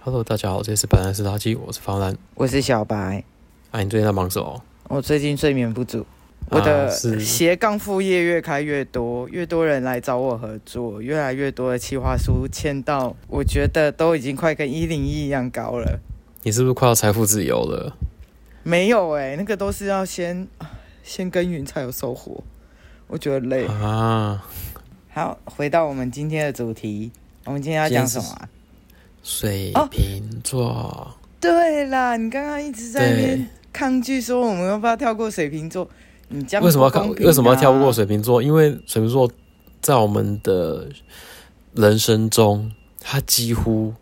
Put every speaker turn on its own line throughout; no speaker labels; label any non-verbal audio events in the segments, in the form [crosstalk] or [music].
Hello，大家好，这里是白兰斯垃圾，我是方兰。
我是小白，
啊，你最近在忙什么？
我最近睡眠不足，我
啊、
的
是
斜杠副业越开越多，越多人来找我合作，越来越多的企划书签到，我觉得都已经快跟一零一一样高了。
你是不是快要财富自由了？
没有哎、那个都是要先啊先耕耘才有收获，我觉得累。
啊，
好，回到我们今天的主题，我们今天要讲什么啊、
水
哦
瓶座，
对啦，你刚刚一直在那
对
边，抗拒说我们要不要跳过水瓶座，你这样
为什么要
不
看？
公平
为什么要跳不过
啊？
水瓶座？因为水瓶座在我们的人生中，它几乎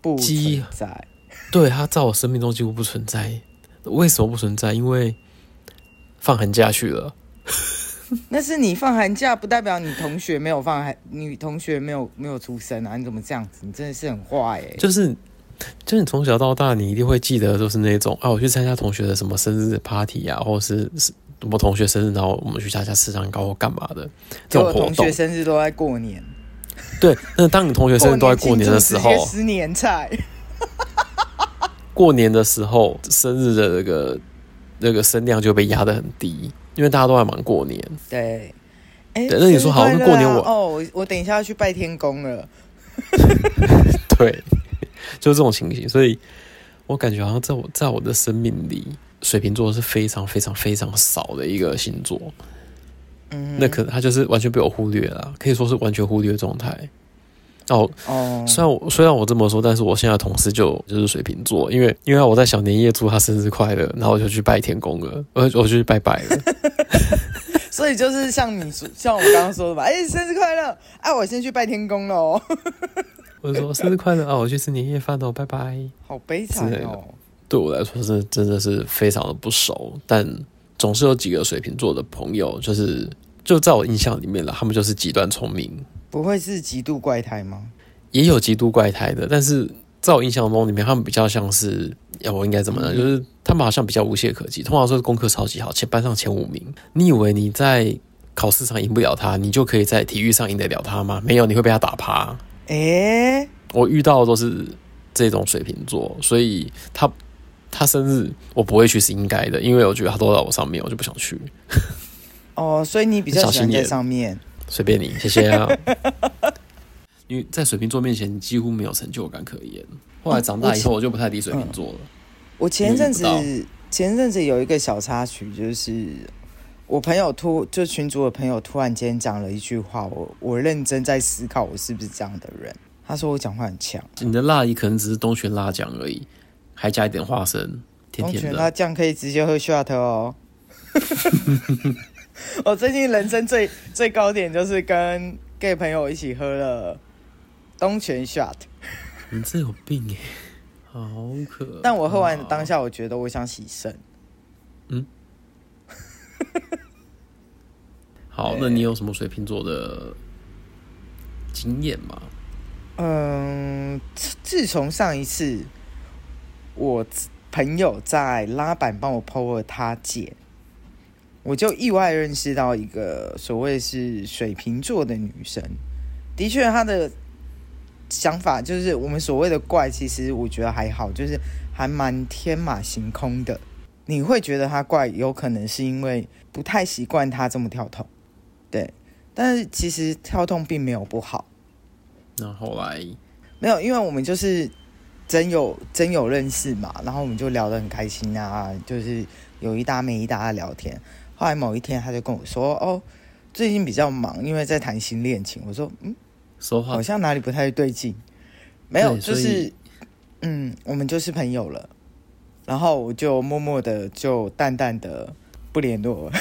不
鸡
存在。
对它在我生命中几乎不存在。为什么不存在？因为放寒假去了。
那是你放寒假，不代表你同学没有放寒，女同学没有没有出生啊！你怎么这样子？你真的是很坏哎、
就是就是你从小到大，你一定会记得，就是那种啊，我去参加同学的什么生日 party 啊，或者是是我们同学生日，然后我们去大家吃蛋糕或干嘛的这
结
种
果
活
同
动
学。生日都在过年，
对，那当你同学生日都在过
庆
年
祝
的时
直接
候，
吃年菜，
过年的时候生日的那个那个声量就被压得很低，因为大家都在忙过年。
对。哎、
对那你说
生日
好那
快乐
过年
啊
我
哦，我我等一下要去拜天公了。
对， [laughs] 就是这种情形，所以我感觉好像在我在我的生命里，水瓶座是非常非常非常少的一个星座。
嗯，
那可能他就是完全被我忽略了啊，可以说是完全忽略的状态。哦，
哦，
虽然我虽然我这么说，但是我现在的同事就就是水瓶座，因为因为我在小年夜祝他生日快乐，然后我就去拜天公了，我我就去拜拜了。
所以就是像
[laughs]
你说，像我刚刚说的吧，哎、生日快乐！哎、我先去拜天公喽，
我就说生日快乐啊，我去吃年夜饭哦，拜拜。
[laughs] 好悲惨
之类的
哦。
对我来说是真的是非常的不熟，但总是有几个水瓶座的朋友，就是就在我印象里面了，他们就是极端聪明，
不会是极度怪胎吗？
也有极度怪胎的，但是在我印象中里面，他们比较像是，要我应该怎么呢？就是他们好像比较无懈可击，通常说是功课超级好，前班上前五名。你以为你在考试上赢不了他，你就可以在体育上赢得了他吗？没有，你会被他打趴。
哎、
我遇到的都是这种水瓶座，所以他他生日我不会去是应该的，因为我觉得他都在我上面，我就不想去。
哦，所以你比较
小
喜
心
欢在
眼
上面。
随便你，谢谢啊。 [laughs] 因为在水瓶座面前，你几乎没有成就感可言。后来长大以后，我就不太理水瓶座了。
我前阵子
遇
前阵子有一个小插曲，就是我朋友突就群主的朋友突然间讲了一句话，我我认真在思考我是不是这样的人。他说我讲话很强，
你的辣也可能只是东泉辣酱而已，还加一点花生，甜
东
甜
泉辣
的。
酱可以直接喝 shot 哦。 [laughs] 我最近人生最最高点就是跟 gay 朋友一起喝了东泉 shot，
你这有病哎、好可！
但我喝完当下，我觉得我想洗肾。
好，那你有什么水瓶座的经验吗？
嗯，自自从上一次我朋友在拉板帮我 PO 了他姐，我就意外认识到一个所谓是水瓶座的女生。的确，她的想法就是我们所谓的怪，其实我觉得还好，就是还蛮天马行空的。你会觉得她怪，有可能是因为不太习惯她这么跳痛，对。但是其实跳痛并没有不好。
那后来
没有，因为我们就是真有真有认识嘛，然后我们就聊得很开心啊，就是有一搭没一搭的聊天。后来某一天，他就跟我说：“哦，最近比较忙，因为在谈新恋情。”我说：“嗯，
说话
好像哪里不太对劲。”没有，
对
就
所
是
以
嗯，我们就是朋友了。然后我就默默的，就淡淡的不联络了。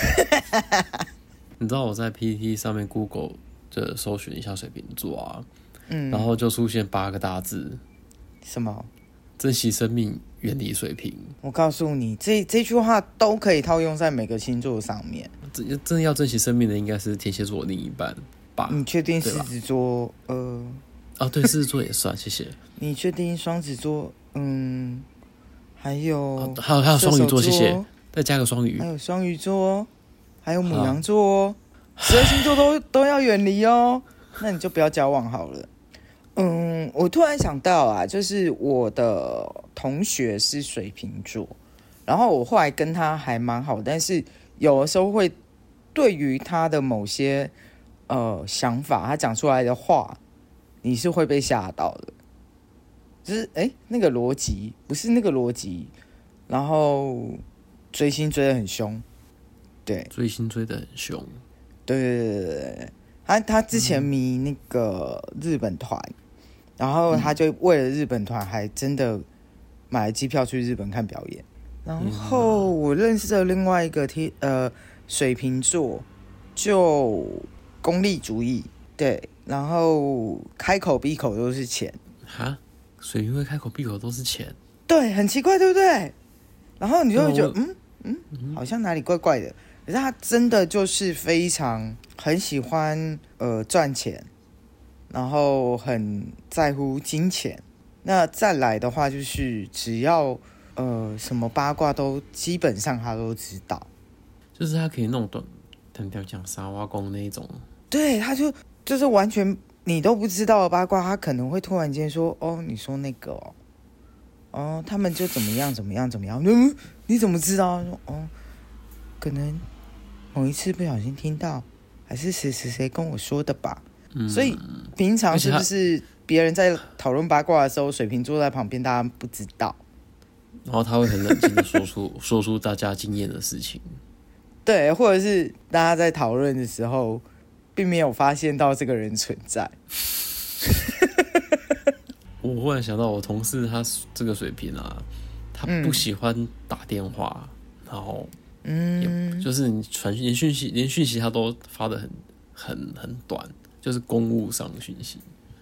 你知道我在 PPT 上面 Google 就搜寻一下水瓶座啊，
嗯，
然后就出现八个大字：
什么？
珍惜生命，远离水瓶。
我告诉你，这这句话都可以套用在每个星座上面。
真真的要珍惜生命的，应该是天蝎座的另一半吧？
你确定
啊对
狮
吧
子座？呃。
啊，对，狮子座也算，谢谢。
你确定双子座？嗯，还有
啊还有还有
哦射
双鱼
手
座，谢谢
哦，。
再加个双鱼
还。有双鱼座哦，还有母
好
羊
[laughs]
座哦，十二星座都都要远离哦。那你就不要交往好了。嗯，我突然想到啊，就是我的同学是水瓶座，然后我后来跟他还蛮好，但是有的时候会对于他的某些呃想法，他讲出来的话，你是会被吓到的，就是诶，那个逻辑不是那个逻辑，然后追星追得很凶，对
追星追得很凶，
对对对对对对，他他之前迷那个日本团，然后他就为了日本团还真的买了机票去日本看表演。然后我认识的另外一个天呃水瓶座，就功利主义，对，然后开口闭口都是钱，
哈，水瓶会开口闭口都是钱，
对，很奇怪，对不对？然后你就会觉得，
对
嗯嗯，好像哪里怪怪的。可是他真的就是非常很喜欢呃赚钱，然后很在乎金钱。那再来的话，就是只要呃什么八卦都基本上他都知道。
就是他可以弄短，单调讲沙挖工那一种，
对，他就就是完全你都不知道的八卦，他可能会突然间说：“哦，你说那个哦，哦，他们就怎么样怎么样怎么样。”嗯，你怎么知道？他说：“哦，可能某一次不小心听到，还是谁谁谁跟我说的吧。
嗯，
所以平常
而且
是
他
不是别人在讨论八卦的时候，水瓶座在旁边，大家不知道？
然后他会很冷静的说出 [laughs] 说出大家经验的事情，
对，或者是大家在讨论的时候，并没有发现到这个人存在。
我忽然想到，我同事他这个水平啊，他
嗯
不喜欢打电话，然后
嗯，
就是你传讯连讯息，连讯息他都发的很很很短，就是公务上的讯息。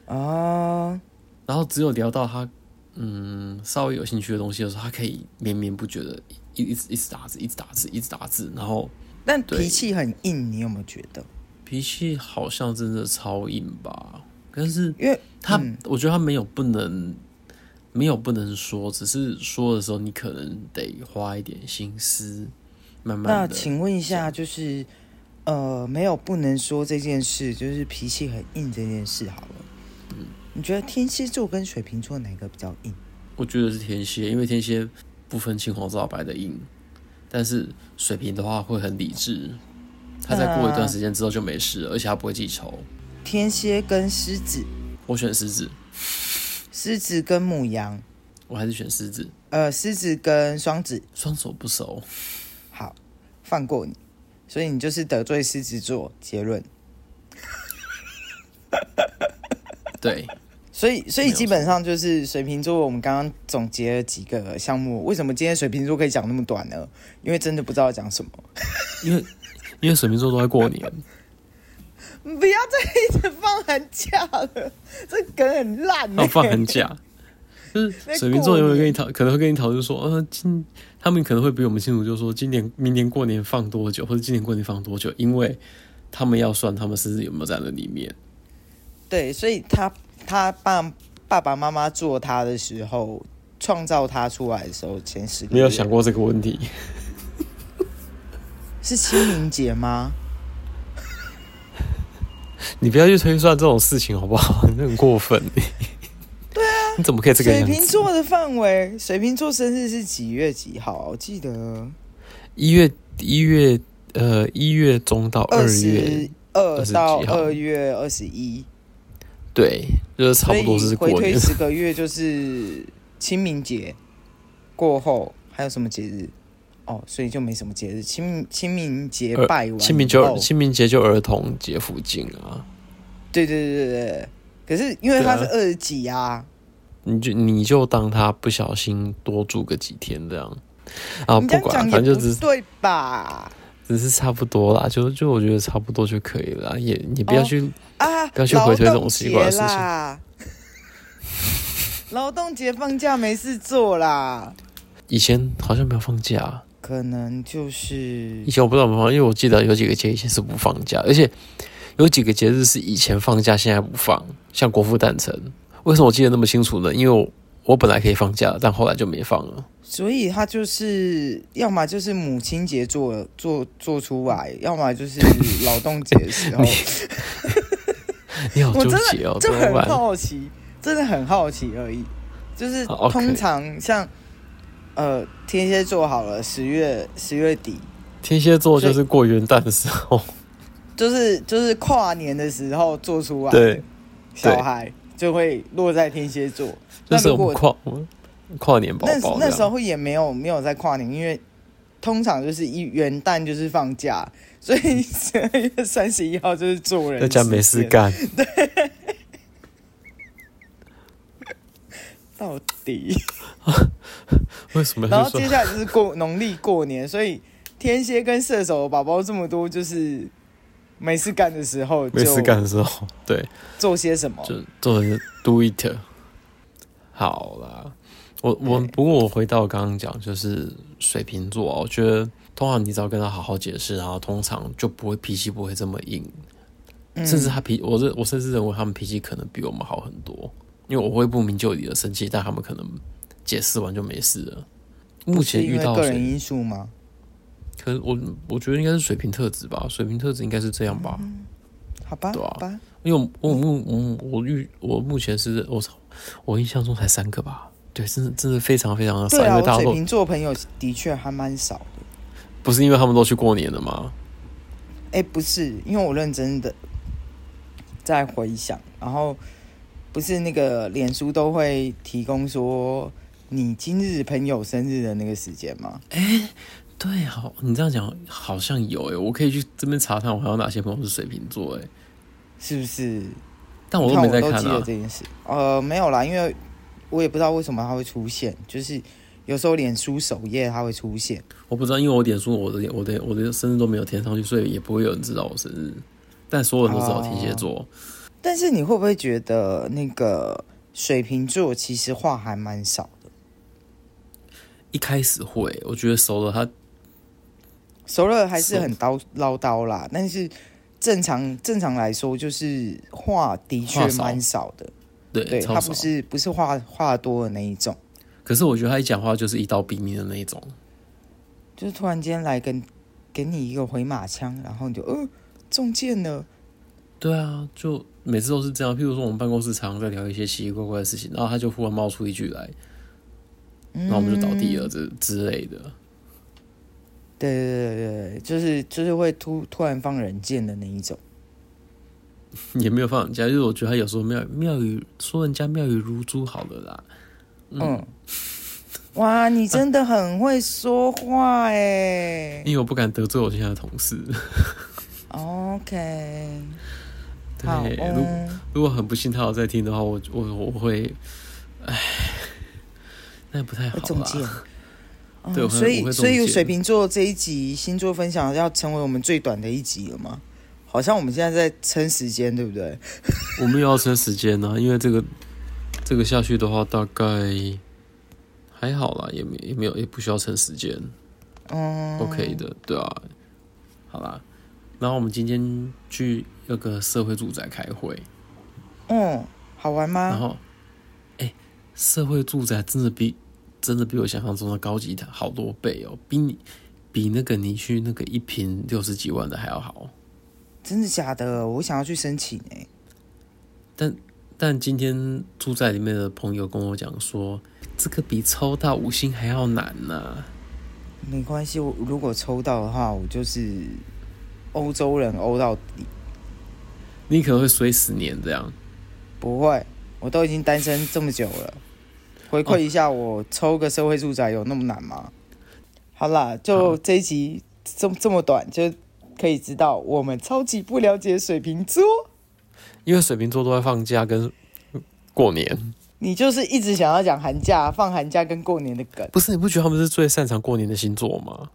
哦。
然后只有聊到他嗯稍微有兴趣的东西的时候，他可以绵绵不绝的一一直一直打字，一直打字，一直打字，然后
但
对
脾气很硬，你有没有觉得？
脾气好像真的超硬吧。但是
因为
他，
嗯
我觉得他没有不能，没有不能说，只是说的时候你可能得花一点心思，慢
那
慢的。
请问一下，就是呃，没有不能说这件事，就是脾气很硬这件事好了。
嗯
你觉得天蝎座跟水瓶座哪个比较硬？
我觉得是天蝎，因为天蝎不分青红皂白的硬，但是水瓶的话会很理智，他再过一段时间之后就没事了，而且他不会记仇。
天蝎跟狮子，
我选狮子，
狮子跟母羊，
我还是选狮子，
呃，狮子跟双子，
双手不熟。
好，放过你。所以你就是得罪狮子座，结论。
对，
所以，所以
没有
基本上就是水瓶座，我们刚刚总结了几个项目。为什么今天水瓶座可以讲那么短呢？因为真的不知道讲什么。
因为因为水瓶座都在过年，
不要再一直放寒假了，这梗很烂、
要
欸。
哦放很假。就是水瓶座有没有跟你讨，可能会跟你讨论说，呃，今他们可能会比我们清楚，就是说今年、明年过年放多久，或者今年过年放多久，因为他们要算他们狮子有没有在那里面。
[laughs] 对，所以他他爸爸爸妈妈做他的时候，创造他出来的时候，前十个
没有
月
想过这个问题，
是清明节吗？
你不要去推算这种事情好不好？ [laughs] 你很过分。对啊，你怎么可以这个
水
样
瓶
子？
座的范围，水瓶座生日是几月几号？我记得
一月一月呃一月中到二
二
月
十，二到
20几号
二月二十一，
对，就是差
所
不
以
多是过
回推
年。
十个月就是清明节过后，还有什么节日？哦，所以就没什么节日。清明清明节
呃
拜完以后，
清明
哦
就清明节就儿童节附近啊，
对对对对对。可是因为他是二十几啊，
你就你就当他不小心多住个几天这样啊，
你这
不
样
管
讲
啊，
也
反正就
不
只
对吧？
只是差不多啦，就就我觉得差不多就可以了啦，也你不要
哦
去、
啊，
不要去回推这种奇怪的事情
劳动节啦。劳动节放假没事做啦，
以前好像没有放假、啊
可能就是
以前我不知道有没有放，因为我记得有几个节以前是不放假，而且有几个节日是以前放假，现在不放，像国父诞辰。为什么我记得那么清楚呢？因为我我本来可以放假，但后来就没放了。
所以他就是要么就是母亲节做做做出来，要么就是劳动节的时候。
[laughs] 你好
我
纠
真
结哦哦
的，
怎
就
么
很
办？
好奇，真的很好奇而已。就是
哦，OK
通常像呃天蝎座好了，十月十月底，
天蝎座就是过元旦的时候，
就是就是跨年的时候做出来，
对，
小孩就会落在天蝎座。
就
那
是
如
我们
果
跨我们跨年宝
那
宝这
那
样
时候也没有没有在跨年，因为通常就是一元旦就是放假，所以 [laughs] 十二月三十一号就是做人。
在家没事，干，
到
[laughs]
底。
为什么
然
要
后
说
接下来就是过农历过年，所以天蝎跟射手的宝宝这么多，就是没事干的时候
没
就
事干的时候，对，
做些什么？
就做成 do it。好啦，我我
对
不过我回到刚刚讲，就是水瓶座啊，我觉得通常你只要跟他好好解释，然后通常就不会脾气不会这么硬，
嗯
甚至他脾我认我甚至认为他们脾气可能比我们好很多，因为我会不明就里的生气，但他们可能解释完就没事了。目前
是因
遇
为
到
个人
水，
因素吗？
可能我我觉得应该是水平特质吧，水平特质应该是这样吧。
嗯好吧，
对啊
好吧，
因为我我目我我遇我目前是我操，我印象中才三个吧，对，真的真的非常非常的少，
对
因
啊，
为大家
我水
都
瓶座朋友的确还蛮少的。
不是因为他们都去过年了吗？
哎，不是，因为我认真的在回想，然后不是那个脸书都会提供说你今日朋友生日的那个时间吗？
对，好，你这样讲好像有诶、我可以去这边查看我还有哪些朋友是水瓶座诶、
是不是？
但我
你
都
看
没在
我都
看
记得
啊。
这件事。呃，没有啦，因为我也不知道为什么它会出现，就是有时候脸书首页它会出现。
我不知道，因为我点数我的我的我的生日都没有填上去，所以也不会有人知道我生日。但所有人都知道我天蝎
哦
座，
但是你会不会觉得那个水瓶座其实话还蛮少的？
一开始会，我觉得熟了他
熟了还是
是
很叨唠叨啦，但是正常正常来说，就是话的确
话少
蛮少的。
对
对，
超
他
少
不。是不是话话多的那一种，
可是我觉得他一讲话就是一刀毙命的那一种，
就是突然间来跟给你一个回马枪，然后你就呃中箭了。
对啊，就每次都是这样。譬如说，我们办公室常常在聊一些奇奇怪怪的事情，然后他就忽然冒出一句来，
嗯
然后我们就倒地了这之类的。
对对对对对，就是就是会突突然放人箭的那一种。
也没有放人家，就是我觉得他有时候妙妙语说人家妙语如珠好了啦。
嗯，哇，你真的很会说话哎、
因为我不敢得罪我现在的同事。
OK，好
对，如
哦，
如果很不幸他有在听的话，我我我会，唉，那也不太好啊
会中箭
啦。。
哦
对我会
所
我
以
会
所以
中箭
水瓶座这一集星座分享要成为我们最短的一集了吗？好像我们现在在撑时间，对不对？
我们也要撑时间呢、啊因为这个这个下去的话，大概还好啦，也没也没有也不需要撑时间。
嗯
OK 的，对啊，好啦，然后我们今天去那个社会住宅开会，
嗯，好玩
然
吗？
后，哎、社会住宅真的比真的比我想象中的高级它好多倍哦，比你比那个你去那个一平六十几万的还要好。
真的假的？我想要去申请哎、
但今天住在里面的朋友跟我讲说，这个比抽到五星还要难呐、
没关系，我如果抽到的话，我就是欧洲人欧到底，
你可能会衰十年这样。
不会，我都已经单身这么久了，回馈一下我抽个社会住宅有那么难吗？好啦，就
好
这一集这这么短，就可以知道我们超级不了解水瓶座，
因为水瓶座都在放假跟过年，
你就是一直想要讲寒假、放寒假跟过年的梗。
不是你不觉得他们是最擅长过年的星座吗？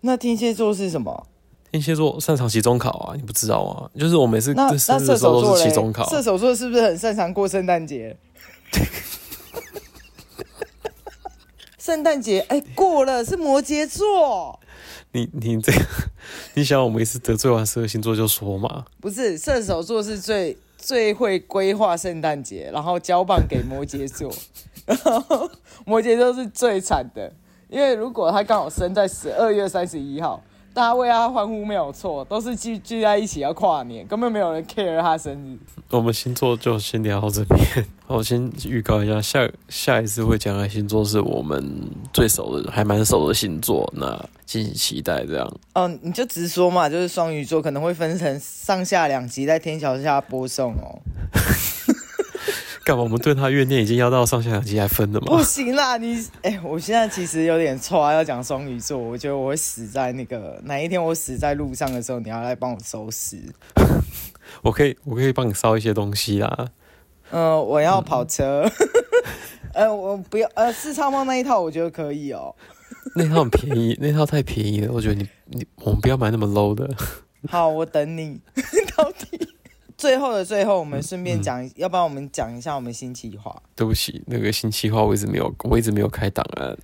那天蝎座是什么？
天蝎座擅长期中考啊，你不知道啊？就是我每次
那
在
那
生日的
射
时候
手
都
座
是
嘞
期中考，？
射手座是不是很擅长过圣诞节？ [laughs] 圣诞节哎，过了是摩羯座，
你你这个， [laughs] 你想我们一次得罪完十二星座就说嘛？
不是射手座是最最会规划圣诞节，然后交棒给摩羯座， [laughs] 然后摩羯座是最惨的，因为如果他刚好生在十二月三十一号，大家为他欢呼没有错，都是聚聚在一起要跨年，根本没有人 care 他生日。
我们星座就先聊到这边。我先预告一下，下下一次会讲的星座是我们最熟的，还蛮熟的星座，那敬请期待。这样，
嗯，你就直说嘛，就是双鱼座可能会分成上下两集在天桥下播送哦。
[laughs] 干嘛？我们对他怨念已经要到上下两集还分了
[laughs] 不
吗？
行啦，你哎、我现在其实有点错啊，要讲双鱼座，我觉得我会死在那个哪一天我死在路上的时候，你要来帮我收拾。
[laughs] 我可以，我可以帮你烧一些东西啦。
嗯、我要跑车。 [laughs] 呃，我不要，呃，四超猫那一套我觉得可以哦。
那套很便宜，那套太便宜了，我觉得你你我们不要买那么 low 的。 [laughs]
好，我等你。 [laughs] 到底最后的最后，我们顺便讲，要不然我们讲一下我们新计划。
对不起，那个新期话我一直没有，我一直没有开档案。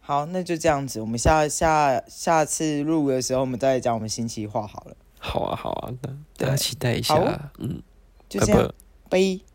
好，那就这样子，我们下下下次录的时候，我们再来讲我们新计划好了。
好啊，好啊，那
对
大家期待一
好
下。嗯，
就
拜
这样
拜。，
拜。